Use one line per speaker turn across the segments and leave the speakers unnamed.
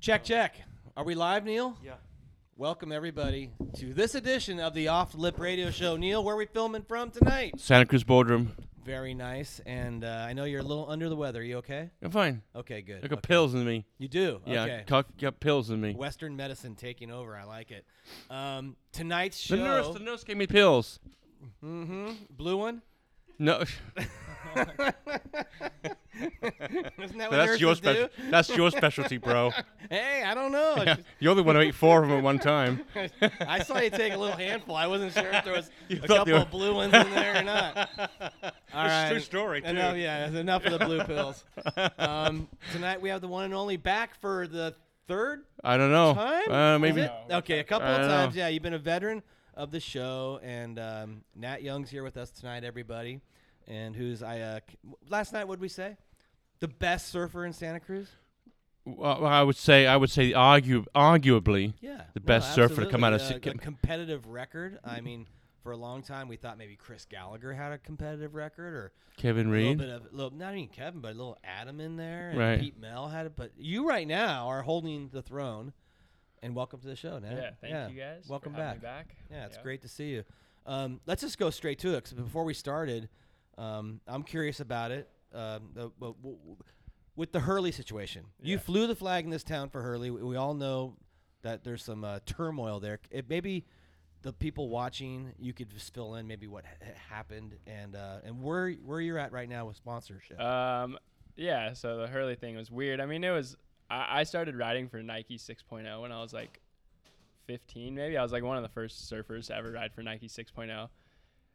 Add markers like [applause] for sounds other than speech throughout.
Check, check. Are we live, Neil?
Yeah.
Welcome, everybody, to this edition of the Off Lip Radio Show. Neil, where are we filming from tonight?
Santa Cruz Boardroom.
Very nice. And uh, I know you're a little under the weather. You okay?
I'm fine.
Okay, good.
I got
Okay.
pills in me.
You do?
Yeah,
Okay.
cock- got pills in me.
Western medicine taking over. I like it. Um, tonight's show.
The nurse, the nurse gave me pills.
mm-hmm. Blue one?
No, [laughs]
Isn't that what
that's your
nurses do? [laughs]
special. That's your specialty, bro.
Hey, I don't know. It's
You're the one who ate four of them at one
[laughs]
time.
just- I saw you take a little handful. I wasn't sure if there was
[laughs] You
a
thought
couple
they were-
of blue ones in there or
[laughs]
not. All
It's a true
right.
story, too.
Enough, yeah, that's enough of the
[laughs]
blue pills. Um, tonight we have the one and only back for the third
I don't know.
time.
Uh,
Is
maybe.
it? Okay, a couple
I
of
don't
times.
know.
Yeah, you've been a veteran of the show, and um, Nat Young's here with us tonight, everybody. And who's I? Uh, c- last night, what'd we say? The best surfer in Santa Cruz.
Well, I would say. I would say. Argue, arguably.
Yeah,
The best surfer to come out of
absolutely.
Sikkim.
a, a competitive record.
Mm-hmm.
I mean, for a long time we thought maybe Chris Gallagher had a competitive record, or
Kevin
a little
Reed.
bit of little, not even Kevin, but a little Adam in there, and
Right.
Pete Mel had it. But you right now are holding the throne, and welcome to the show, Nat.
Yeah, thank you guys. for
Welcome
having
back.
me back.
Yeah, it's
Yep.
great to see you. Um, let's just go straight to it because before we started, um, I'm curious about it. Um, the, w- w- w- with the Hurley situation, you
Yeah.
flew the flag in this town for Hurley. We, we all know that there's some uh, turmoil there. C- It maybe the people watching you could just fill in maybe what ha- happened and uh, and where where you're at right now with sponsorship.
Um, yeah. So the Hurley thing was weird. I mean, it was. I, I started riding for Nike 6.0 when I was like 15, maybe. I was like one of the first surfers to ever ride for Nike 6.0,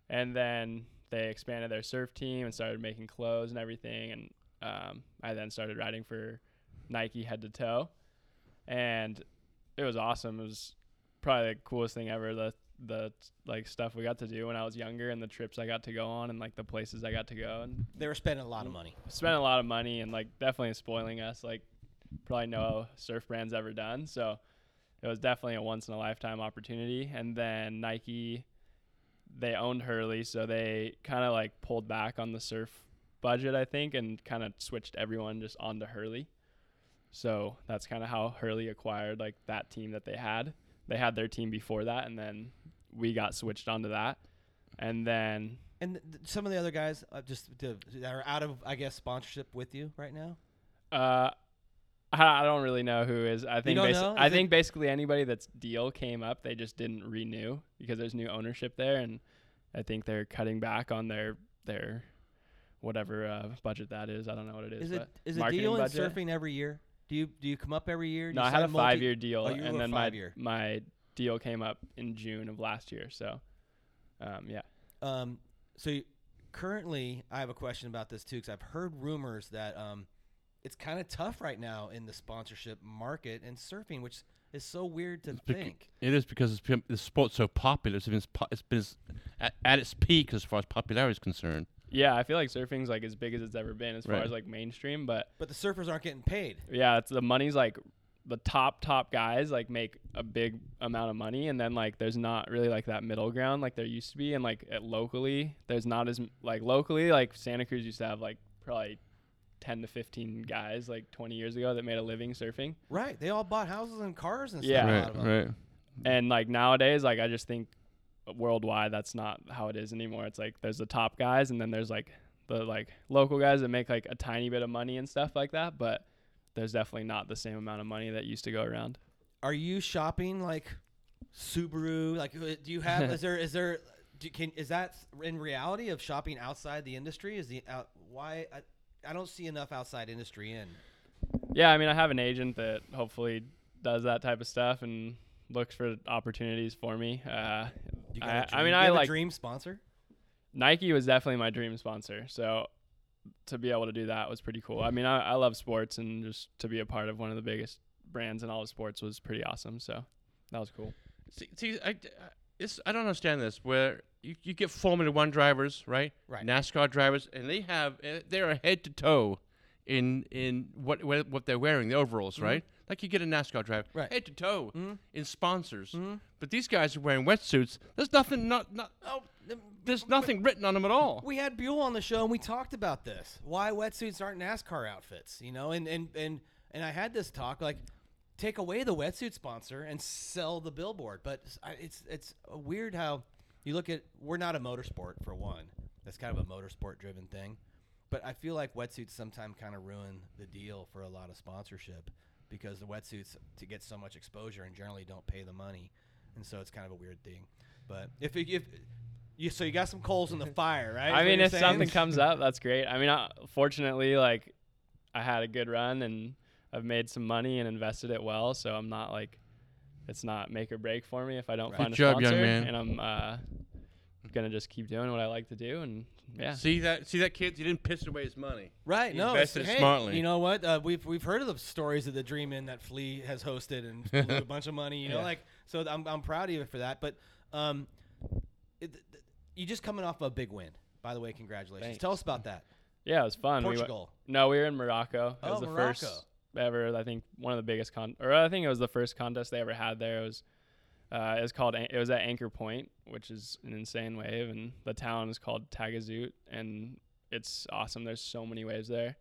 and then they expanded their surf team and started making clothes and everything. And um, I then started riding for Nike head to toe, and it was awesome. It was probably the coolest thing ever. The the like stuff we got to do when I was younger and the trips I got to go on and like the places I got to go and
they were spending a lot of money.
spent a lot of money and like definitely spoiling us like probably no surf brand's ever done so it was definitely a once in a lifetime opportunity and then nike they owned hurley so they kind of like pulled back on the surf budget i think and kind of switched everyone just onto hurley so that's kind of how hurley acquired like that team that they had they had their team before that and then we got switched onto that and then
And th- th- some of the other guys uh, just to, that are out of I guess sponsorship with you right now.
Uh, I I don't really know who is. I think
don't
basi-
know?
I
Is it-
think basically anybody that's deal came up, they just didn't renew because there's new ownership there, and I think they're cutting back on their their whatever uh, budget that is. I don't know what it
Is
is. but
it is it
marketing
deal in
budget.
surfing every year? Do you do you come up every year? Do
No,
you
I had a
sign multi-
five year deal,
Oh, you were
and then my
five-year.
my deal came up in June of last year. So, um, yeah.
Um, so you, currently, I have a question about this too because I've heard rumors that um, it's kind of tough right now in the sponsorship market and surfing, which is so weird to
bec-
think.
It is because it's, become- the sport's so popular. It's been, it's po- it's been s- at, at its peak as far as popularity is concerned.
Yeah, I feel like surfing's like as big as it's ever been as far
Right.
as like mainstream, but
But the surfers aren't getting paid.
Yeah, it's the money's like the top top guys like make a big amount of money and then like there's not really like that middle ground like there used to be and like at locally there's not as m- like locally like Santa Cruz used to have like probably 10 to 15 guys like 20 years ago that made a living surfing
Right? They all bought houses and cars and stuff.
Yeah.
out of
Right,
'em.
right.
and like nowadays like I just think worldwide that's not how it is anymore it's like there's the top guys and then there's like the like local guys that make like a tiny bit of money and stuff like that but there's definitely not the same amount of money that used to go around
Are you shopping like Subaru? Like, uh, do you have?
[laughs]
is there? Is there? Do, can is that in reality of shopping outside the industry? Is the out, why? I, I don't see enough outside industry in.
Yeah, I mean, I have an agent that hopefully does that type of stuff and looks for opportunities for me. Uh,
You got a
I,
dream-
I mean,
you
I
have a
like
dream sponsor.
Nike was definitely my dream sponsor, so to be able to do that was pretty cool. I mean, I, I love sports, and just to be a part of one of the biggest brands in all of sports was pretty awesome. So that was cool.
See, see I, I- it's, I don't understand this. Where you, you get Formula One drivers, right?
Right.
NASCAR drivers, and they have uh, they're head to toe in in what what, what they're wearing, the overalls, right? Like you get a NASCAR driver,
Mm-hmm. Right. Mm-hmm.
head to toe in sponsors. But these guys are wearing wetsuits. There's nothing not not
Oh, th-
there's nothing written on them at all.
we had Buell on the show and we talked about this. Why wetsuits aren't NASCAR outfits, you know? And and and and I had this talk like take away the wetsuit sponsor and sell the billboard. But s- I- it's it's weird how you look at we're not a motorsport for one. That's kind of a motorsport driven thing. But I feel like wetsuits sometimes kind of ruin the deal for a lot of sponsorship because the wetsuits to get so much exposure and generally don't pay the money, and so it's kind of a weird thing. But if it, if you so you got some coals
[laughs]
in the fire, right?
I
Is what
mean,
you're
if
saying? [laughs]
something comes up, that's great. I mean, I, fortunately, like I had a good run and I've made some money and invested it well, so I'm not like it's not make or break for me if I don't
Right.
find
Good
a
job, young
sponsor.
man.
And I'm uh, gonna just keep doing what I like to do, and yeah.
See that? See that kid? He didn't piss away his money.
Right.
He
no. it's-
invested
hey,
smartly.
You know what? Uh, we've we've heard of the stories of the Dream Inn that Flea has hosted and
[laughs]
blew a bunch of money. You know,
Yeah.
like so. I'm I'm proud of you for that. But um, it, th- th- you just coming off a big win. By the way, congratulations.
Thanks.
Tell us about that.
Yeah, it was fun. We w-
Portugal.
no, we were in Morocco. It
Oh,
was the
Morocco.
first ever. I think one of the biggest con, or I think it was the first contest they ever had there. It was, uh, it was called. An- It was at Anchor Point, which is an insane wave, and the town is called Tagazout, and it's awesome. There's so many waves there.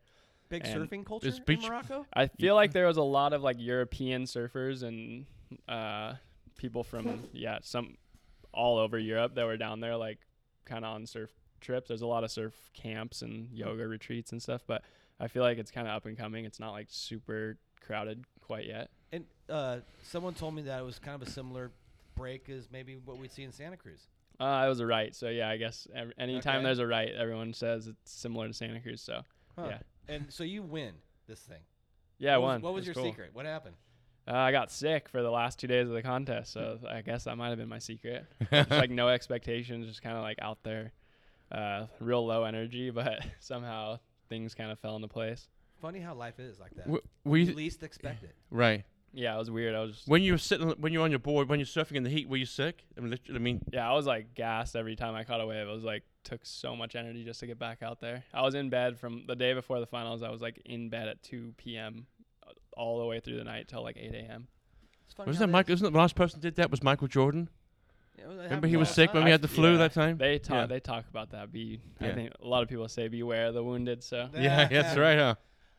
Big
And
surfing culture in
beach-
Morocco.
I feel
uh
like there was a lot of like European surfers and uh, people from yeah some all over Europe that were down there like kind of on surf trips. There's a lot of surf camps and yoga retreats and stuff, but I feel like it's kind of up and coming. It's not like super crowded quite yet.
And uh, someone told me that it was kind of a similar break as maybe what we'd see in Santa Cruz.
Uh, it was a right, so yeah, I guess ev- anytime
Okay.
there's a right, everyone says it's similar to Santa Cruz. So
Huh.
yeah,
And so you win this thing.
yeah, I
what
won.
Was, what was your
It's cool.
secret? What happened?
Uh, I got sick for the last two days of the contest, so I guess that might have been
[laughs]
my secret. just like no expectations, just kind of like out there, uh, real low energy, [laughs] but somehow things kind of fell into place.
Funny how life is like that.
W-
you
we
least expect it.
right
Yeah, it was weird. I was just,
when you were sitting when you're on your board when you're surfing in the heat. Were you sick? I mean, literally, I mean,
yeah, I was like gassed every time I caught a wave. I was like, took so much energy just to get back out there. I was in bed from the day before the finals. I was like in bed at 2 p.m. uh, all the way through the night till like 8 a.m.
It's funny
wasn't
how
that Michael? Isn't the last person did that was Michael Jordan?
Yeah, well, it
Remember
happened
he was
all the
sick when
time.
we had the flu
yeah.
that time.
They talk.
Yeah.
They talk about that. Be
Yeah.
I think a lot of people say beware the wounded. So
yeah, that's right, huh?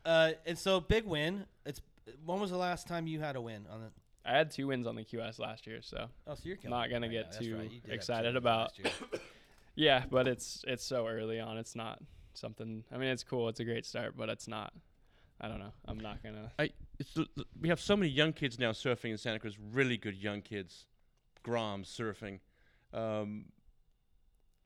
Uh, and so big win. It's when was the last time you had a win on the?
I had two wins on the QS last year. So
Oh, so you're killing
Not
it
gonna
right
get
now. That's
too
right. You did have
excited
two
about-
last year.
[laughs] Yeah, but it's it's so early on. It's not something. I mean, it's cool. It's a great start, but it's not. I don't know. I'm not gonna.
I, it's, the- the- we have so many young kids now surfing in Santa Cruz. Really good young kids, Grom surfing, um,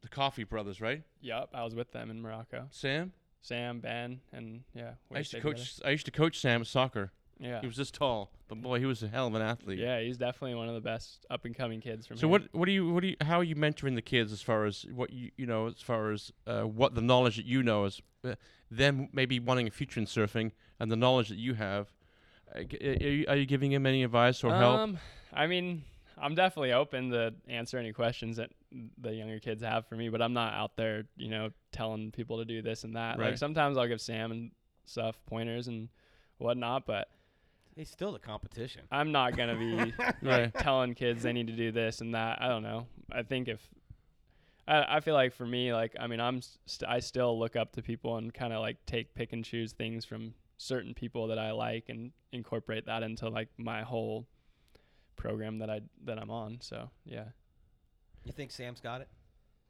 the Coffee Brothers, right?
Yup, I was with them in Morocco.
Sam,
Sam, Ben, and yeah. we
I used to
stayed
coach. I used to coach Sam soccer.
together.
He was this tall, but boy, he was a hell of an athlete.
Yeah. Yeah, he's definitely one of the best up and coming kids from.
So
here.
what what do you what do you how are you mentoring the kids as far as what you you know as far as uh, what the knowledge that you know is uh, them maybe wanting a future in surfing and the knowledge that you have uh, g- are you, are you giving him any advice or help?
Um, I mean, I'm definitely open to answer any questions that the younger kids have for me, but I'm not out there, you know, telling people to do this and that. Like
Right.
sometimes I'll give Sam and stuff pointers and whatnot, but
He's still the competition.
I'm not gonna be
Right.
telling kids they need to do this and that. I don't know. I think if I, I feel like for me, like I mean, I'm st- I still look up to people and kind of like take pick and choose things from certain people that I like and incorporate that into like my whole program that I that I'm on. So yeah,
You think Sam's got it?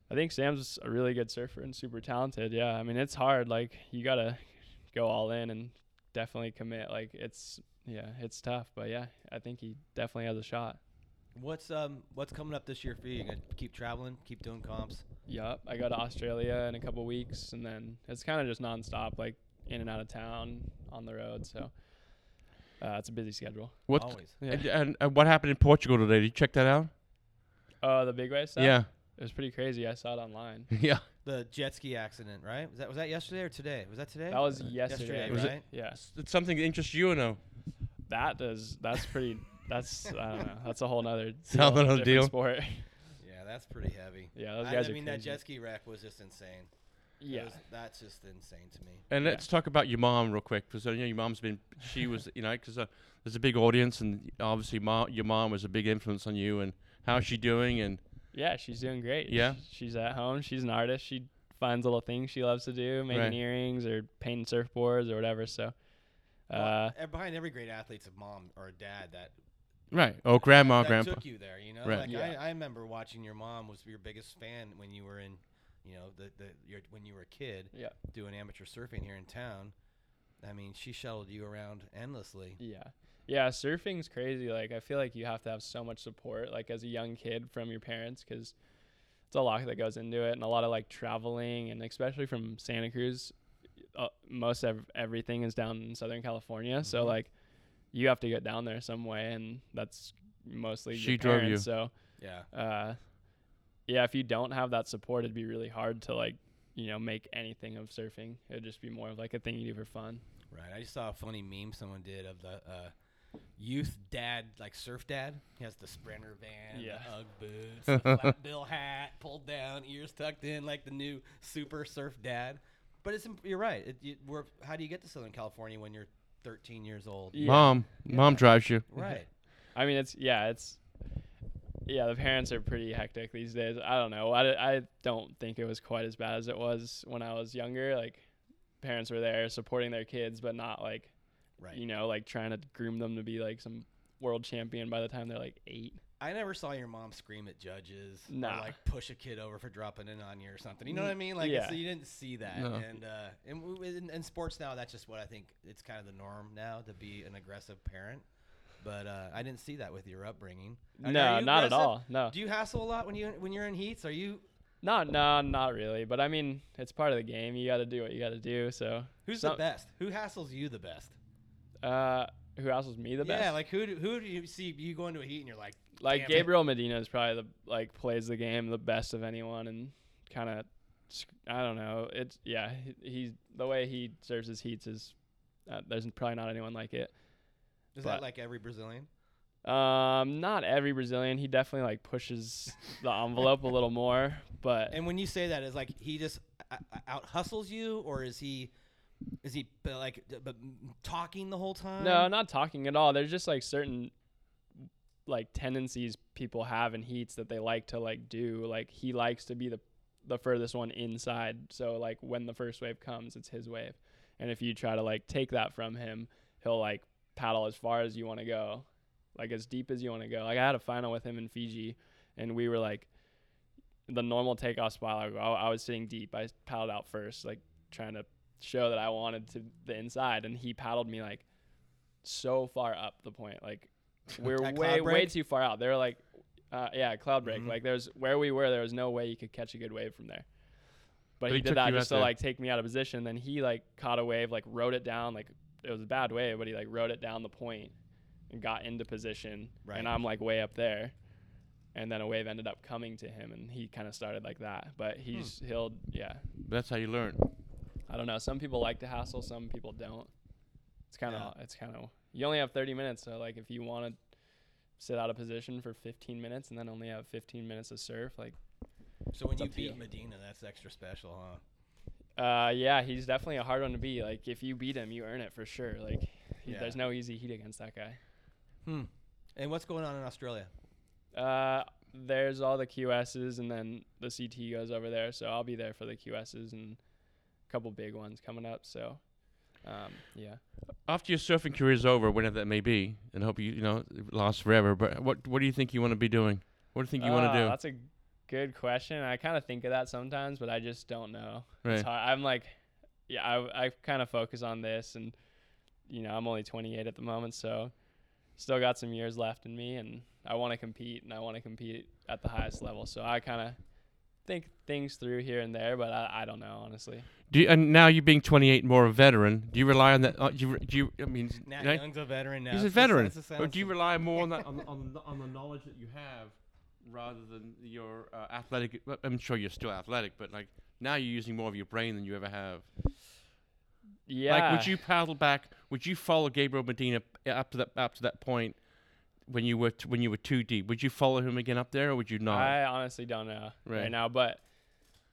I think Sam's a really good surfer and super talented. Yeah, I mean it's hard. Like you gotta go all in and definitely commit. Like it's yeah, it's tough, but yeah, I think he definitely has a shot.
What's um what's coming up this year for you? You gonna keep traveling, keep doing comps.
Yup. I go to Australia in a couple weeks, and then it's kind of just nonstop, like in and out of town, on the road. So uh, it's a busy schedule.
What
Always.
Yeah.
and, and, and what happened in Portugal today? Did you check that out?
Oh, the big wave stuff.
yeah, [laughs]
It was pretty crazy. I saw it online.
yeah.
The jet ski accident, right? Was that was that yesterday or today? Was that today?
That was
yesterday,
yesterday.
Was it-
right?
Yeah.
It's, it's something that interests you, or no?
That does. That's pretty. That's I don't know. That's a whole
[laughs]
nother.
a whole
deal,
nother
different
deal.
Sport. [laughs]
Yeah, that's pretty heavy.
yeah. Those
I-
guys
I,
are
mean that
crazy.
jet ski wreck was just insane. That
Yeah.
was- that's just insane to me.
And
Yeah.
let's talk about your mom real quick, because you know your mom's been she was you know because uh, there's a big audience, and obviously mom, your mom was a big influence on you, and how's she doing? And
Yeah, she's doing great.
Yeah?
Sh- She's at home. She's an artist. She finds little things she loves to do, making
Right.
earrings or painting surfboards or whatever. So Uh,
Well, e, behind every great athlete's a mom or a dad that
Right. Oh, grandma,
that
grandpa.
took you there. You know,
Right.
like
Yeah.
I, I remember watching your mom was your biggest fan when you were in, you know, the, the your, when you were a kid
Yeah.
doing amateur surfing here in town. I mean, she shuttled you around endlessly.
Yeah. Yeah, surfing's crazy. Like I feel like you have to have so much support like as a young kid from your parents cuz it's a lot that goes into it and a lot of like traveling and especially from Santa Cruz uh, most of everything is down in Southern California. So
Mm-hmm.
Mhm.
like you have to get down there some way and that's mostly your
She drove
parents, So
Yeah,
uh yeah, if you don't have that support it'd be really hard to like, you know, make anything of surfing. It'd just be more of like a thing you do for fun.
right. I just saw a funny meme someone did of the uh, youth dad, like surf dad. He has the sprinter van,
Yeah.
the UGG boots,
[laughs]
the flat bill hat, pulled down, ears tucked in, like the new super surf dad. But it's imp- you're right. It, you, we're, how do you get to Southern California when you're 13 years old?
Yeah.
Mom, mom drives you.
Right.
I mean, it's yeah, it's yeah. The parents are pretty hectic these days. I don't know. I, d- I don't think it was quite as bad as it was when I was younger. Like parents were there supporting their kids, but not like
Right.
[laughs] you know like trying to groom them to be like some world champion by the time they're like eight.
I never saw your mom scream at judges
Nah.
or like push a kid over for dropping in on you or something. You know what I mean? Like
yeah.
so you didn't see that.
No.
And uh and w- in, in sports now that's just what I think it's kind of the norm now to be an aggressive parent. But uh I didn't see that with your upbringing. Are-
no,
are you
not at
aggressive?
all. No,
Do you hassle a lot when you when you're in heats? Are you
not no, not really. But I mean, it's part of the game. You got to do what you got to do. So
who's the
Some-
best? Who hassles you the best?
uh, who hassles me the best?
Yeah, like who do, who do you see you go into a heat and you're like
like
Damn it.
Gabriel Medina is probably the like plays the game the best of anyone and kind of I don't know it's yeah he, he's the way he serves his heats is uh, there's probably not anyone like it
is
but-
that like every Brazilian?
um not every Brazilian he definitely like pushes the envelope a little more but
And when you say that, is like he just uh, out hustles you, or is he, is he b- like d- b- m- talking the whole time?
no not talking at all there's just like certain like tendencies people have in heats that they like to like do like he likes to be the the furthest one inside so like when the first wave comes it's his wave and if you try to like take that from him he'll like paddle as far as you want to go like as deep as you want to go like i had a final with him in fiji and we were like the normal takeoff spot like, I, I was sitting deep i paddled out first like trying to show that i wanted to the inside and he paddled me like so far up the
[laughs]
point like we're
At
way
cloud
way
break?
too far out they were like uh, yeah cloud break
Mhm.
like there's where we were there was no way you could catch a good wave from there but,
But
he,
he took
did that
you
just
out
to
there.
like take me out of position. Then he like caught a wave, like rode it down, like it was a bad wave, but he like rode it down the point and got into position.
Right.
And I'm like way up there. And then a wave ended up coming to him, and he kind of started like that.
Hmm.
But he's he'll yeah.
That's how you learn.
I don't know. Some people like to hassle, some people don't. It's kind of it's kind of you only have 30 minutes, so like if you want to sit out of position for 15 minutes and then only have 15 minutes to surf, like.
So when
It's
you
up to
beat
you.
Medina, that's extra special, huh?
Uh, yeah, he's definitely a hard one to beat. Like, if you beat him, you earn it for sure. Like, he,
Yeah.
there's no easy heat against that guy.
Hmm. And what's going on in Australia?
Uh, there's all the QSs, and then the CT goes over there. So I'll be there for the QSs and a couple big ones coming up. So, um, yeah.
After your surfing career is over, whenever that may be, and hope you you know it lasts forever. But what what do you think you want to be doing? What do you think you want
Ah,
to do?
That's a good question. I kind of think of that sometimes, but I just don't know.
Right.
It's hard. I'm like, yeah, I, I kind of focus on this, and you know, I'm only 28 at the moment, so still got some years left in me, and I want to compete, and I want to compete at the highest level. So I kind of think things through here and there, but I, I don't know honestly.
Do you, and now you being 28, and more a veteran, do you rely on that? Uh, do, you, do you? I mean,
Nat
right?
Young's a veteran now.
he's a
That's-
veteran.
that's- that
But do you
sounds-
rely more on that on, on, the- on the knowledge that you have rather than your uh, athletic? well, I'm sure you're still athletic, but like now you're using more of your brain than you ever have.
Yeah.
Like, would you paddle back? Would you follow Gabriel Medina p- up to that up to that point when you were t- when you were too deep? Would you follow him again up there, or would you not?
I honestly don't know right,
Right.
now, but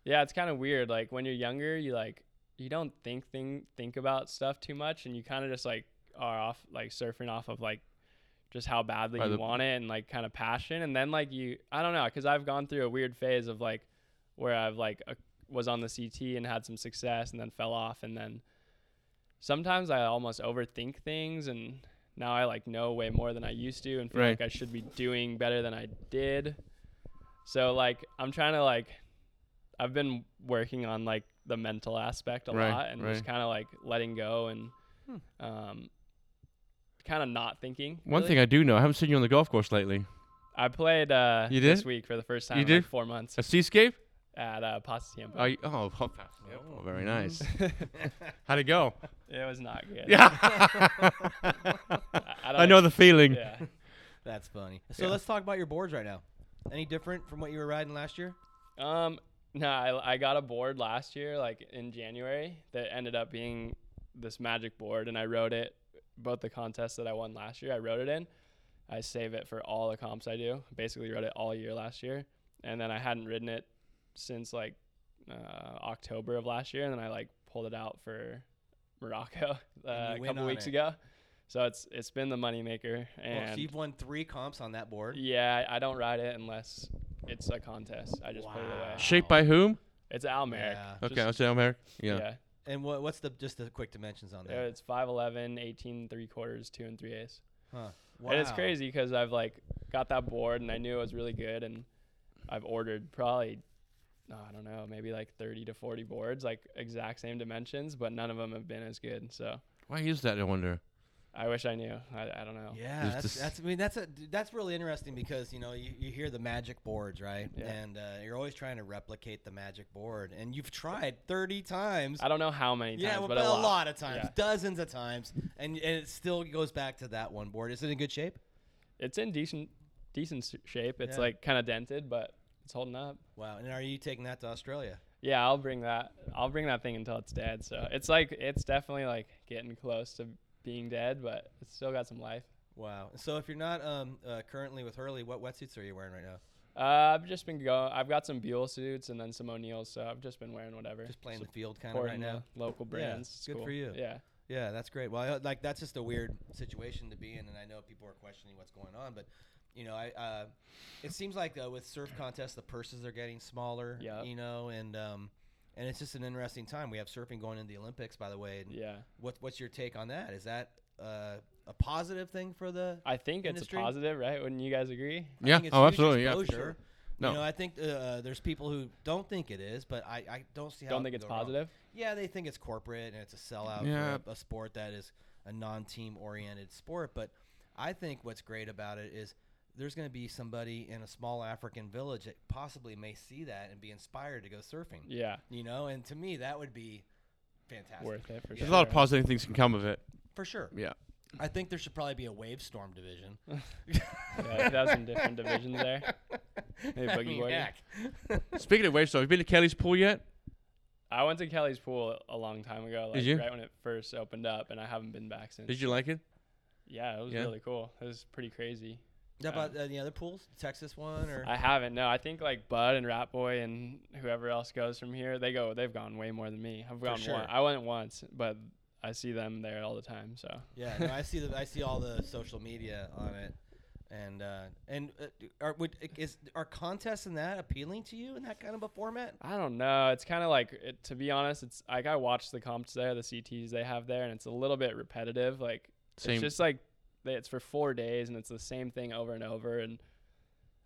yeah, it's kind of weird. Like when you're younger, you like you don't think thing think about stuff too much, and you kind of just like are off like surfing off of like just how badly
By
you
the-
want it and like kind of passion, and then like you I don't know because I've gone through a weird phase of like uh, where I've like a, was on the CT and had some success, and then fell off, and then sometimes I almost overthink things and now I like know way more than I used to and feel
Right.
like I should be doing better than I did. So like I'm trying to like I've been working on like the mental aspect a
Right,
lot and just
right.
kind of like letting go and
Hmm.
um kind of not thinking.
One
really.
thing I do know, I haven't seen you on the golf course lately.
I played uh
You
this
did?
week for the first time
You
in like
did?
4 months
A seascape?
at uh Pasta Tiempo.
Are you, oh, hot pass. Yep.
Oh.
Oh, very
[laughs]
nice.
it
How'd it
[laughs]
go?
was not good. [laughs]
Yeah.
I, I don't
I know the feeling.
Yeah.
[laughs] That's
[laughs]
funny. So
Yeah.
let's talk about your boards right now. Any different from what you were riding last year?
Um, no, I, I got a board last year, like in January, that ended up being this magic board, and I rode it both the contests that I won last year. I rode it in. I save it for all the comps I do. Basically, rode it all year last year, and then I hadn't ridden it since like uh, October of last year, and then I like pulled it out for Morocco [laughs] uh,
And
a
you win
couple
on
weeks
it.
ago. So it's it's been the moneymaker,
Well, so
and
you've won three comps on that board.
yeah, I I don't ride it unless it's a contest. I just put it away.
Wow.
Shaped by whom?
It's Almeric.
Yeah.
Okay,
Just-
I'll say America. Yeah.
Yeah.
And what, what's the just the quick dimensions on
yeah.
that?
It's 5'11, 18, three quarters, two and three eighths.
Huh.
And it's
Wow.
crazy because I've like got that board and I knew it was really good and I've ordered probably, oh, I don't know, maybe like 30 to 40 boards, like exact same dimensions, but none of them have been as good. So
Why is that? I wonder.
I wish I knew. I, I don't know.
Yeah,
There's
that's,
just-
that's I mean that's a dude, that's really interesting because you know you, you hear the magic boards right,
Yeah.
and uh, you're always trying to replicate the magic board, and you've tried thirty times.
I don't know how many
yeah,
times,
well,
but a lot.
of times,
Yeah.
dozens of times, and, and it still goes back to that one board. Is it in good shape?
It's in decent, decent s- shape. It's
Yeah.
like kind of dented, but it's holding up.
Wow. And are you taking that to Australia?
Yeah, I'll bring that. I'll bring that thing until it's dead. So it's like it's definitely like getting close to being dead, but it's still got some life.
Wow. So if you're not um, uh, currently with Hurley, what wetsuits are you wearing right now?
Uh, I've just been going. I've got some Buell suits and then some O'Neills, so I've just been wearing whatever.
Just playing the field kind of right
supporting
now.
the local brands. It's
good for
cool.
you.
Yeah,
Yeah, that's great. Well, I, like that's just a weird situation to be in, and I know people are questioning what's going on, but you know, I uh, it seems like uh, with surf contests, the purses are getting smaller.
Yeah.
you know, and um, and it's just an interesting time. We have surfing going into the Olympics, by the way. And
yeah.
what what's your take on that? Is that uh, a positive thing for the?
I think
Industry?
it's a positive, right? Wouldn't you guys agree?
I
yeah.
think it's
Oh,
huge
absolutely. Yeah. for
exposure.
sure. No.
You know, I think uh, there's people who don't think it is, but I, I don't see how.
Don't
it can
think it's
go wrong.
positive.
Yeah, they think it's corporate and it's a sellout
Yeah.
for a, a sport that is a non-team oriented sport. But I think what's great about it is there's going to be somebody in a small African village that possibly may see that and be inspired to go surfing.
Yeah,
You know, and to me that would be fantastic
worth it
There's
for
There's
sure.
a lot of positive things can come of it.
for sure.
Yeah.
I think there should probably be a wave storm division.
yeah, like, that's in different divisions there.
[laughs]
Maybe
I
boogie
mean,
boarding.
heck.
Speaking of waves, though, have you been to Kelly's pool yet?
I went to Kelly's pool a long time ago, like
you?
right when it first opened up, and I haven't been back since.
Did you like it?
Yeah, it was
Yeah.
really cool. It was pretty crazy.
How about uh, the other pools, Texas one or
I haven't. No, I think like Bud and Rat Boy and whoever else goes from here, they go. They've gone way more than me. I've gone
sure.
one. I went once, but I see them there all the time. So
Yeah, no, I see the I see all the social media on it, and uh, and uh, d- are would is are contests and that appealing to you in that kind of a format?
I don't know. It's kind of like it, to be honest, it's like I watched the comps there, the CTs they have there, and it's a little bit repetitive. Like
Same.
it's just like they- it's for four days and it's the same thing over and over and.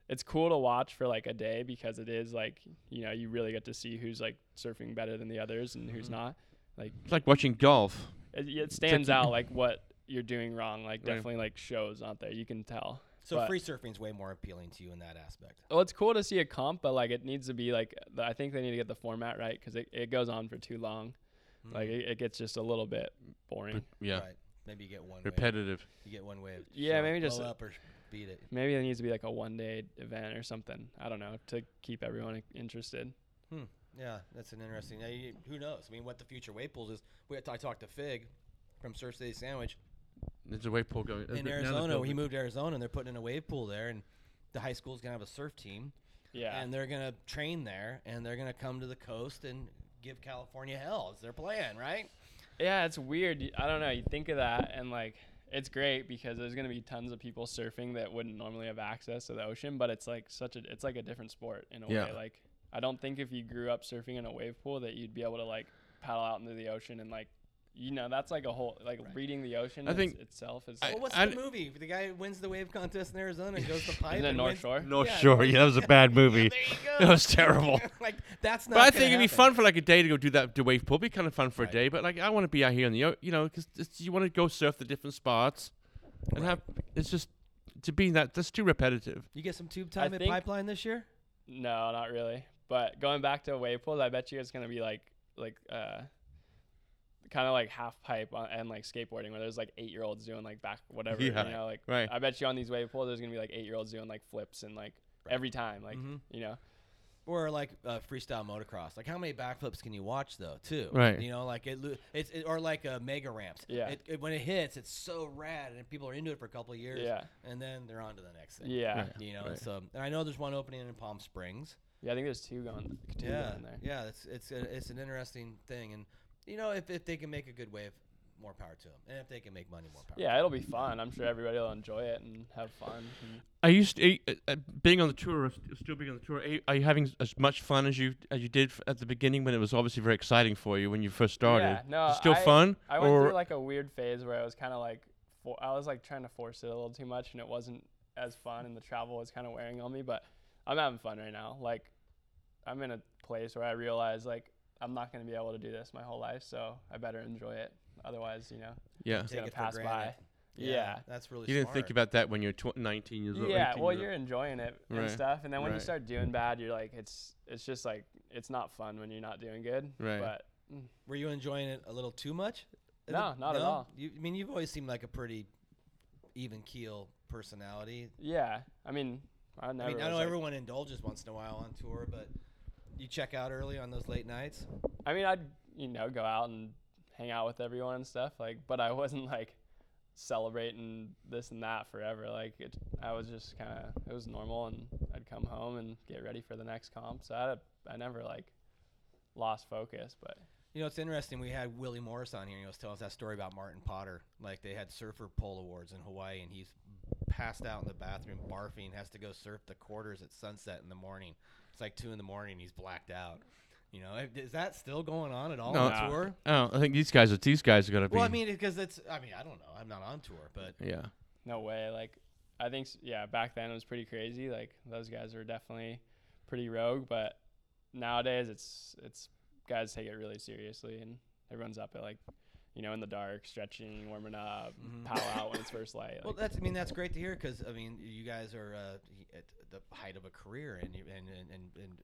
It's cool to watch for like a day because it is like you know you really get to see who's like surfing better than the others and who's
Mm-hmm.
Mhm.
not.
it's like watching golf.
it, it stands
you-
out like what you're doing wrong like
Right.
definitely like shows out there you can tell
So
But-
free surfing is way more appealing to you in that aspect.
well it's cool to see a comp but like it needs to be like the, i think they need to get the format right because it, it goes on for too long like it, it gets just a little bit boring
Mm. But, Hmm. yeah.
Right. Maybe you get one. Wave.
Repetitive.
You get one wave.
Yeah,
Show,
maybe just uh,
blow
a-
up or beat it.
maybe there needs to be like a one day event or something i don't know to keep everyone interested
Yeah, that's an interesting. now you- who knows? I mean, what the future wave pools is? We I talked to Fig from Surf City Sandwich.
uh, There's a wave pool going.
in Arizona. He moved to Arizona, and they're putting in a wave pool there, and the high school's gonna have a surf team,
yeah
and they're gonna train there, and they're gonna come to the coast and give California hell. Is their plan, right?
yeah it's weird You- i don't know you think of that and like it's great because there's going to be tons of people surfing that wouldn't normally have access to the ocean but it's like such a it's like a different sport in a
Yeah.
way like i don't think if you grew up surfing in a wave pool that you'd be able to like paddle out into the ocean and like you know that's like a whole like
Right.
reading the ocean.
I
is-
think-
itself is.
I-
Well, what's
I-
the movie? The guy who wins the wave contest in Arizona and goes
[laughs]
to pipe.
isn't it
and
North
wins-
Shore?
No,
Yeah.
sure. Yeah, that
[laughs]
was a bad movie.
Yeah, there you go.
[laughs] That
[laughs]
was terrible.
like that's not.
But I
gonna
think it'd be
happen.
fun for like a day to go do that to wave pool. Be kind of fun for
Right.
a day, but like I want to be out here in the o- you know because you want to go surf the different spots and have it's just to be that that's too repetitive.
You get some tube time at
think-
Pipeline this year.
No, not really. But going back to wave pools, I bet you it's gonna be like like uh, kind of like half pipe on, and like skateboarding, where there's like eight year olds doing like back whatever.
Yeah.
You know, like
Right.
I bet you on these wave pools, there's gonna be like eight year olds doing like flips and like every time, like
Mhm.
you know.
Or like uh, freestyle motocross. Like how many backflips can you watch though? Too
Right.
You know, like it. lo- It's it, or like uh, mega ramps.
Yeah.
It, it- when it hits, it's so rad, and people are into it for a couple of years.
Yeah.
And then they're on to the next thing.
Yeah.
Right.
You know.
Right.
So and I know there's one opening in Palm Springs.
Yeah, I think there's two going. Two
Yeah.
going there.
Yeah. It's it's a, it's an interesting thing, and you know if if they can make a good wave, more power to them, and if they can make money, more power.
Yeah, it'll be fun. I'm sure everybody will enjoy it and have fun. and-
Are you st- uh, uh, being on the tour, or st- still being on the tour? Are you, are you having as much fun as you as you did f- at the beginning when it was obviously very exciting for you when you first started?
Yeah, no,
Is
Uh,
it still
I-
fun.
I went
or
through like a weird phase where I was kind of like, for, I was like trying to force it a little too much, and it wasn't as fun, and the travel was kind of wearing on me. But I'm having fun right now. Like, I'm in a place where I realize like I'm not going to be able to do this my whole life, so I better enjoy it. Otherwise, you know,
yeah,
Take
gonna
it for
pass
granted.
by. Yeah.
That's really.
you didn't think
smart.
about that when you were tw- 19 years old.
yeah
18
well
years
you're enjoying it
Right,
and stuff and then when you
right.
start doing bad you're like it's it's just like it's not fun when you're not doing good
Right.
but
Were you enjoying it a little too much? Uh,
No, not at all.
You, I mean, you've always seemed like a pretty even keel personality.
yeah i mean i never
I mean, I
was,
know
like-
everyone indulges once in a while on tour, but you check out early on those late nights.
I mean, I'd you know go out and hang out with everyone and stuff like, but I wasn't like celebrating this and that forever. Like it, I was just kind of it was normal, and I'd come home and get ready for the next comp. So I had a, I never like lost focus, but
You know, it's interesting. We had Willie Morris on here, and he was telling us that story about Martin Potter. Like they had surfer pole awards in Hawaii, and he's passed out in the bathroom, barfing, has to go surf the quarters at sunset in the morning. It's like two in the morning, and he's blacked out. You know, eh, is that still going on at all
No,
on
Nah.
tour?
Oh, I think these guys are these guys are gonna be.
Well, I mean, because it's. I mean, I don't know. I'm not on tour, but
yeah.
no way. Like I think s- yeah, back then it was pretty crazy. Like those guys were definitely pretty rogue, but nowadays it's it's guys take it really seriously, and everyone's up at like you know in the dark, stretching, warming up,
Mhm.
pow
[laughs]
out when it's first light. Like,
well, that's. I mean, that's great to hear because I mean, you guys are uh, at the height of a career, and you, and, and and and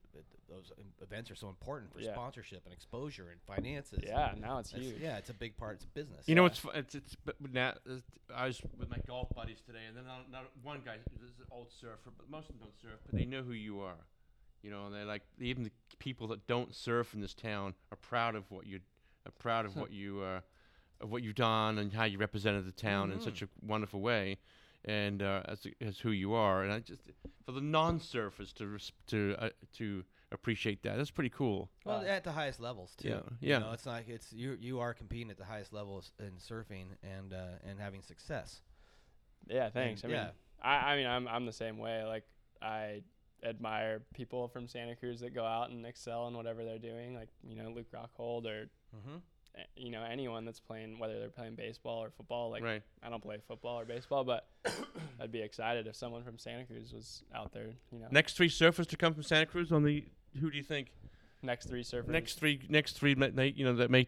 those um, events are so important for
Yeah.
sponsorship and exposure and finances.
yeah, now it's
That's-
huge.
yeah, it's a big part. It's a business.
You know
Yeah.
what's fu- it's it's but but now uh, I was with my golf buddies today, and then not, not one guy this is an old surfer, but most of them don't surf, but they know who you are, you know, and they're like even the people that don't surf in this town are proud of what you are proud of what you uh, of what you've done and how you represented the town in such a
Mm-hmm.
wonderful way, and uh, as as who you are, and I just for the non-surfers to res- to uh, to appreciate that that's pretty cool.
Well,
Uh,
at the highest levels too.
Yeah,
You
yeah.
know, it's like it's you. You are competing at the highest levels in surfing and uh, and having success.
Yeah, thanks. I mean,
yeah.
I, I mean, I'm I'm the same way. Like I admire people from Santa Cruz that go out and excel in whatever they're doing. Like you know Luke Rockhold or
Mm-hmm. [laughs]
eh, you know anyone that's playing whether they're playing baseball or football. Like
right.
I don't play football or baseball, but [coughs] I'd be excited if someone from Santa Cruz was out there. You know,
Next three surfers to come from Santa Cruz on the who do you think?
next three surfers
next three next three ma- they- you know that may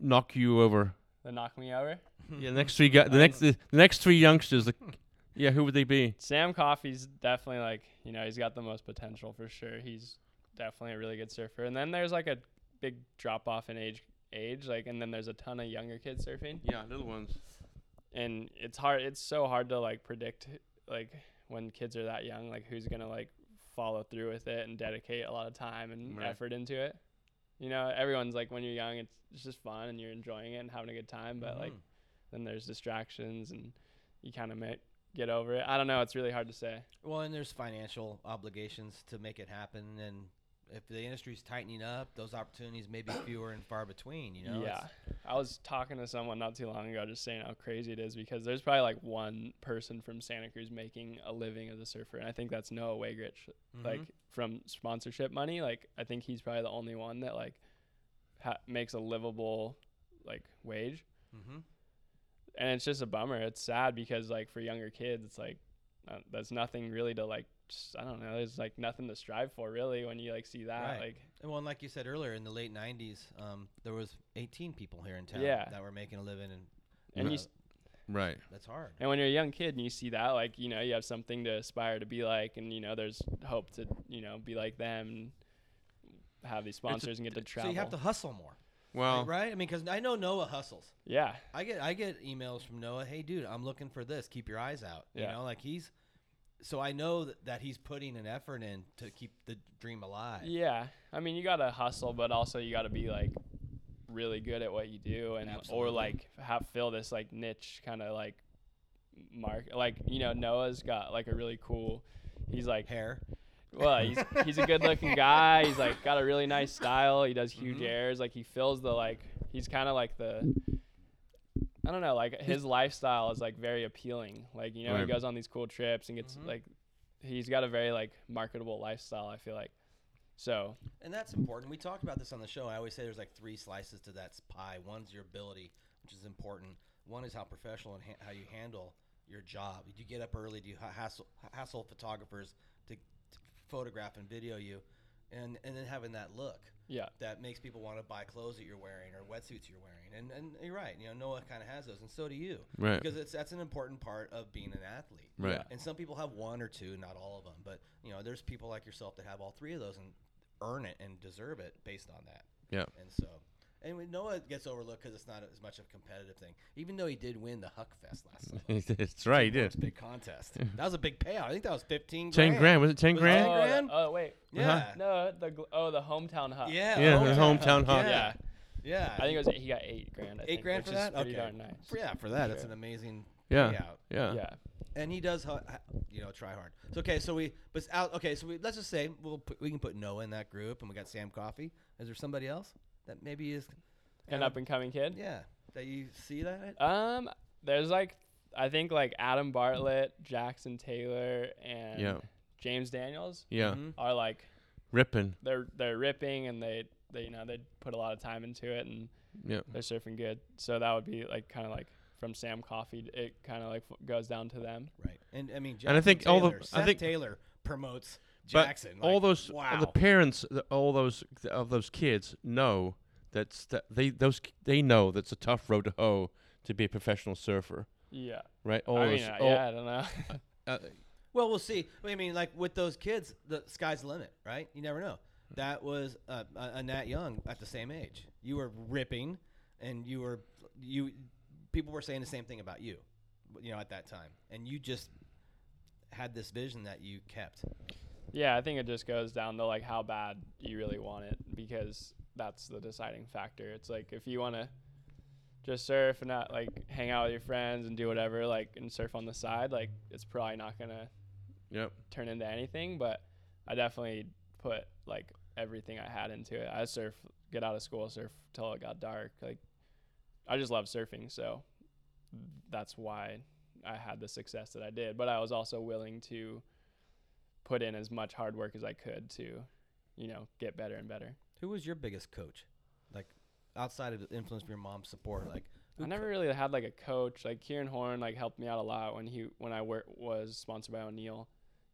knock you over
that knock me over.
yeah next three guys the next the next three youngsters the, yeah who would they be
Sam Coffey's definitely like you know he's got the most potential for sure. He's definitely a really good surfer. And then there's like a big drop off in age age like and then there's a ton of younger kids surfing
yeah little ones
and it's hard it's so hard to like predict like when kids are that young like who's gonna like follow through with it and dedicate a lot of time and
Right.
effort into it you know everyone's like when you're young it's, it's just fun and you're enjoying it and having a good time but
Mm-hmm.
like then there's distractions and you kind of get over it i don't know it's really hard to say
Well, and there's financial obligations to make it happen, and if the industry's tightening up, those opportunities
[coughs]
may be fewer and far between. You know.
yeah
It's-
i was talking to someone not too long ago just saying how crazy it is because there's probably like one person from santa cruz making a living as a surfer and i think that's noah wagrich
Mm-hmm.
like from sponsorship money like i think he's probably the only one that like ha- makes a livable like wage.
Mm-hmm.
and it's just a bummer. It's sad because like for younger kids, it's like uh, there's nothing really to like. s I don't know. There's like nothing to strive for really when you like see that.
Right.
Like
And well, and like you said earlier, in the late '90s, um, there was 18 people here in town
Yeah.
that were making a living, and
and
uh,
you s
Right.
that's hard.
and when you're a young kid and you see that, like you know you have something to aspire to be like, and you know there's hope to you know be like them, and have these sponsors and get to
So
travel.
you have to hustle more,
Well,
right? I mean, because I know Noah hustles.
yeah,
I get I get emails from Noah. Hey, dude, I'm looking for this. Keep your eyes out.
Yeah.
You know, like he's. So I know that, that he's putting an effort in to keep the dream alive.
yeah. I mean you gotta hustle, but also you gotta be like really good at what you do and or
Absolutely.
like have fill this like niche kind of like mark like you know noah's got like a really cool he's like
Hair.
well he's he's a good looking guy he's like got a really nice style he does huge
Mhm.
airs like he fills the like he's kind of like the i don't know like his lifestyle is like very appealing like you know he
Right.
goes on these cool trips and gets
Mhm.
like he's got a very like marketable lifestyle i feel like so
And that's important. We talked about this on the show. I always say there's like three slices to that pie. One's your ability, which is important. One is how professional and ha- how you handle your job. Do you get up early? Do you ha- hassle, hassle photographers to, to photograph and video you? And, and then having that look
yeah
that makes people want to buy clothes that you're wearing or wetsuits you're wearing. And, and you're right. You know, Noah kind of has those, and so do you.
Right.
Because it's, that's an important part of being an athlete.
Right.
And some people have one or two, not all of them. But you know, there's people like yourself that have all three of those and earn it and deserve it based on that.
Yeah.
And so, and we know it gets overlooked because it's not as much of a competitive thing. Even though he did win the Huck Fest
[laughs]
last summer,
That's right. He
That was
did.
a big contest. That was a big payout. I think that was fifteen.
Ten
grand.
grand was it? Ten
Was it
grand?
ten
oh, the-
grand?
oh wait
Yeah.
no the gl- oh the hometown hut
Yeah.
Yeah, the hometown
Huck.
Huck.
Yeah.
yeah
Yeah.
i think it was he got eight grand I
eight
think,
grand
which
for
is
that.
pretty
Okay.
darn nice
Yeah, for that, it's
Sure.
an amazing
Yeah.
payout.
Yeah.
yeah
and he does, hu- hu- you know, try hard. So okay, so we but it's out. Okay, so we let's just say we'll put, we can put Noah in that group, and we got Sam Coffee. Is there somebody else that maybe is
an
uh,
up and coming kid
Yeah, that you see that at?
Um, there's like I think like Adam Bartlett, Jackson Taylor, and
Yeah.
James Daniels
Yeah.
Mhm.
are like
Ripping.
they're they're ripping and they they you know they put a lot of time into it and
Yeah.
Mm-hmm.
they're surfing good. So that would be like kind of like from Sam Coffee. It kind of like f- goes down to them.
right. And I mean, Jackson
And I think all
Taylor,
the- I
Seth
think-
Taylor promotes
But
Jackson.
all
like,
those
wow.
the parents th- all those of those kids know that's that they those k- they know that's a tough road to hoe to be a professional surfer,
Yeah.
right? All
I
those
mean, uh,
all-
yeah, I don't know. [laughs]
uh,
well, we'll see. I mean, like with those kids, the sky's the limit, right? You never know. That was uh, a a Nat Young at the same age. You were ripping, and you were you. People were saying the same thing about you, you know, at that time, and you just had this vision that you kept.
yeah, I think it just goes down to like how bad you really want it because that's the deciding factor. It's like if you want to just surf and not like hang out with your friends and do whatever, like and surf on the side, like it's probably not gonna
Yep.
turn into anything. But I definitely put like everything I had into it. I surf, get out of school, surf till it got dark. Like I just love surfing, so that's why I had the success that I did. But I was also willing to put in as much hard work as I could to, you know, get better and better.
Who was your biggest coach, like outside of the influence of your mom's support? Like, who
I never really had like a coach. Like Kieran Horn, like helped me out a lot when he when I wor- was sponsored by O'Neill.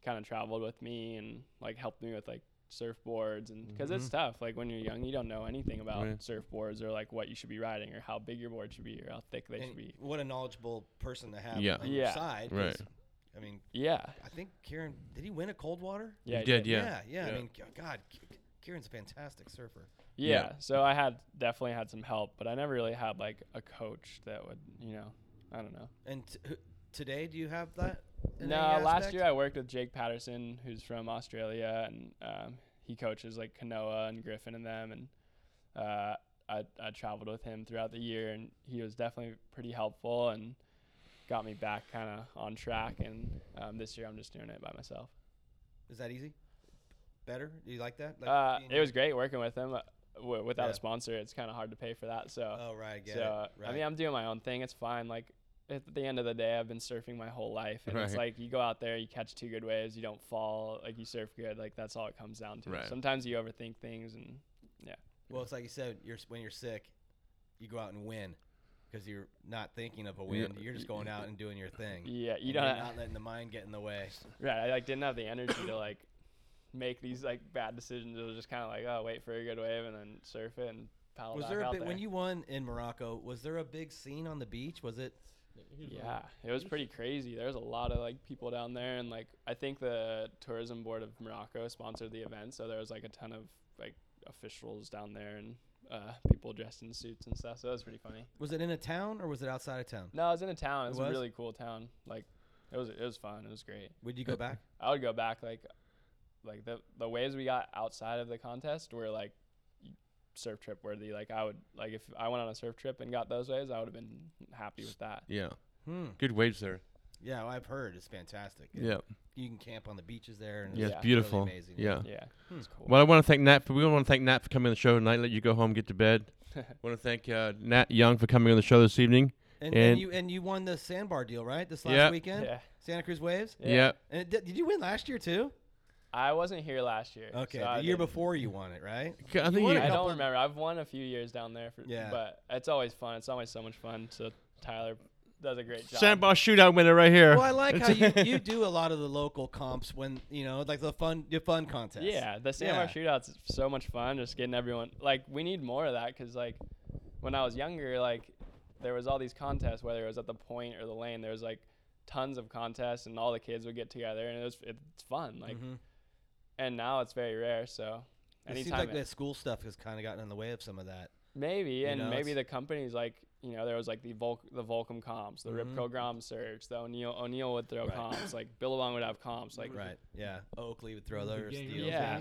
Kind of traveled with me and like helped me with like surfboards and because it's
Mhm.
tough. Like when you're young, you don't know anything about
Mm-hmm. Right.
surfboards or like what you should be riding or how big your board should be or how thick they should
and
be.
What a knowledgeable person to have
Yeah.
on your
Yeah.
side.
Right.
'cause, I mean,
Yeah,
I think Kieran did he win a cold water?
yeah,
you
I
did, yeah.
yeah, yeah. I
Yeah.
mean, g- God, K- Kieran's a fantastic surfer.
yeah.
Yeah.
So I had definitely had some help, but I never really had like a coach that would you know. I don't know.
And t- who- today, do you have that? in
No,
any
last
aspect?
year I worked with Jake Patterson, who's from Australia, and um, he coaches like Kanoa and Griffin and them. And uh, I, I traveled with him throughout the year, and he was definitely pretty helpful and got me back kind of on track. And um, this year I'm just doing it by myself.
is that easy? Better? Do you like that? Like
Uh,
being-
it was great working with him. Uh, w- without
Yeah.
a sponsor, it's kind of hard to pay for that. So.
Oh right, I get
so uh,
it. Right.
I mean, I'm doing my own thing. It's fine. Like at the end of the day, I've been surfing my whole life, and it's
Right.
like you go out there, you catch two good waves, you don't fall, like you surf good. Like that's all it comes down to.
Right.
Sometimes you overthink things, and
well, it's like you said, you're s- when you're sick, you go out and win because you're not thinking of a win. You're just going out and doing your thing.
Yeah, you
And
don't.
you're
ha-
not letting the mind get in the
[laughs]
way.
[coughs] Right, I like didn't have the energy to like make these like bad decisions. It was just kind of like, oh, wait for a good wave and then surf it and paddle
Was
back
there a
out
bit
there.
when you won in Morocco? Was there a big scene on the beach? Was it?
yeah, it was pretty crazy. There was a lot of like people down there, and like I think the tourism board of Morocco sponsored the event, so there was like a ton of like officials down there and uh, people dressed in suits and stuff. So that was pretty funny.
Was it in a town or was it outside of town?
No, I was in a town. It was,
was?
a really cool town. Like it was it was fun. It was great.
Would you go back?
I would go back like like the the waves we got outside of the contest were like surf trip worthy. Like I would like if I went on a surf trip and got those waves, I would have been happy with that.
Yeah.
Hmm.
Good waves there.
Yeah, well, I've heard it's fantastic. It-
Yeah.
you can camp on the beaches there. And
Yeah.
it's
Yeah.
It's beautiful.
Really amazing.
yeah.
Yeah. It's cool.
Well, I want to thank Nat. For, we want to thank Nat for coming on the show tonight. Let you go home, get to
[laughs]
bed. want to thank uh, Nat Young for coming on the show this evening.
And, and
And-
you and you won the sandbar deal, right? This last
Yeah.
weekend,
Yeah.
Santa Cruz Waves.
Yeah.
Yeah.
And it, did, did you win last year too?
I wasn't here last year.
Okay,
so I
the year
didn't-
before you won it, right?
C- I think
won
you-
a
I
couple-
don't remember. I've won a few years down there for
Yeah.
but it's always fun. It's always so much fun. So Tyler does a great job.
sandbar shootout winner right here.
Well, I like how
[laughs]
you, you do a lot of the local comps when you know, like the fun, the fun contest.
Yeah, the sandbar shootouts is so much fun. Just getting everyone like we need more of that because like when I was younger, like there was all these contests, whether it was at the point or the lane. There was like tons of contests, and all the kids would get together, and it was it's fun. Like,
Mhm.
and now it's very rare. So
It seems
anytime
like
it-
that school stuff has kind of gotten in the way of some of that.
maybe, and
know,
maybe
it's-
the companies like you know there was like the Volk the Volcom comps, the
Mhm.
Ripco Grom search, the O'Neill O'Neill would throw
Right.
comps, like Billabong would have comps, like
Right. Yeah. Oakley would throw those deals.
Yeah.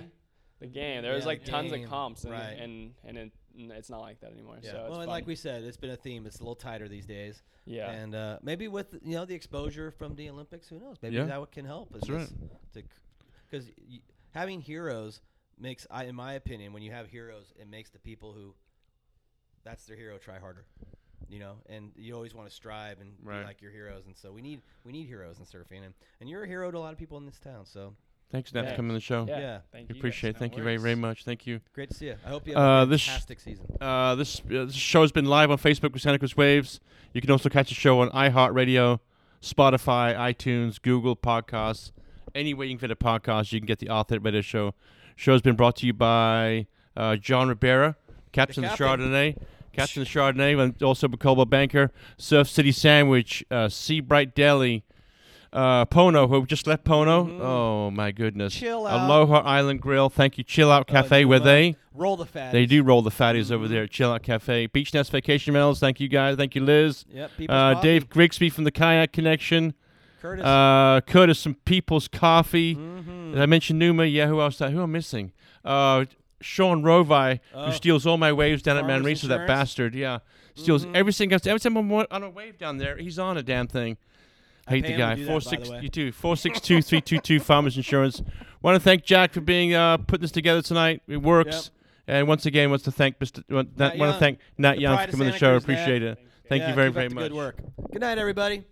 the game. There was
Yeah,
like
the
tons
game.
of comps, and
Right.
and and it, n- it's not like that anymore.
Yeah.
So it's
well,
fun.
and like we said, it's been a theme. It's a little tighter these days.
yeah,
And uh, maybe with you know the exposure from the Olympics, who knows? Maybe
Yeah.
that can help.
That's right.
Because having heroes makes, I, in my opinion, when you have heroes, it makes the people who that's their hero try harder. You know, and you always want to strive and
Right.
be like your heroes, and so we need we need heroes in surfing, and, and you're a hero to a lot of people in this town. So
Thanks, Nat, for
Yeah.
coming on the show.
yeah.
yeah.
Thank
We
you guys.
appreciate it.
No
Thank you very,
worries.
very much. Thank you.
great to see you. I hope you have a
Uh, this-
fantastic season.
Uh, this, uh, this show has been live on Facebook with Santa Cruz Waves. You can also catch the show on iHeartRadio, Spotify, iTunes, Google Podcasts. Anywhere you can fit a podcast, you can get the Author Radio Show. Show has been brought to you by uh, John Ribera, Captain
The
of the
captain.
Chardonnay, Captain of the Chardonnay, and also Colwell Banker, Surf City Sandwich, uh, Seabright Deli, uh, Pono, who just left Pono. Oh my goodness!
Mm-hmm. Chill out.
Aloha Island Grill. Thank you. Chill Out Cafe,
you
where
love-
they.
Oh, Roll the fat.
They do roll the fatties over there at Chill Out Cafe. Beach Nest Vacation Rentals. Thank you guys. Thank you, Liz.
Yep. People's
Uh,
Coffee.
Dave Grigsby from the Kayak Connection.
Curtis.
Uh, Curtis from People's Coffee.
Mhm.
Did I mention Numa? Yeah. Who else? Who am I missing? Uh, Sean Rovi,
Oh.
who steals all my waves down at
Farmers
Manresa. That
Insurance? Mm-hmm.
bastard. Yeah. Steals every single every time I'm on a wave down there. He's on a damn thing.
I
Hate
pay him
the
to
guy.
do that,
Four
by
six.
the way.
You too. Four six two three two two. Farmers Insurance. Want to thank Jack for being uh, putting this together tonight. It works. And once again, wants to thank Mr. Want,
Nat
want
Young.
to thank Nat
The
Young
pride
for
of
coming on
Santa
the show.
Cruz, Nat.
Appreciate it. Thank
Yeah,
you very
keep up
very
the
much.
Good work. Good night, everybody.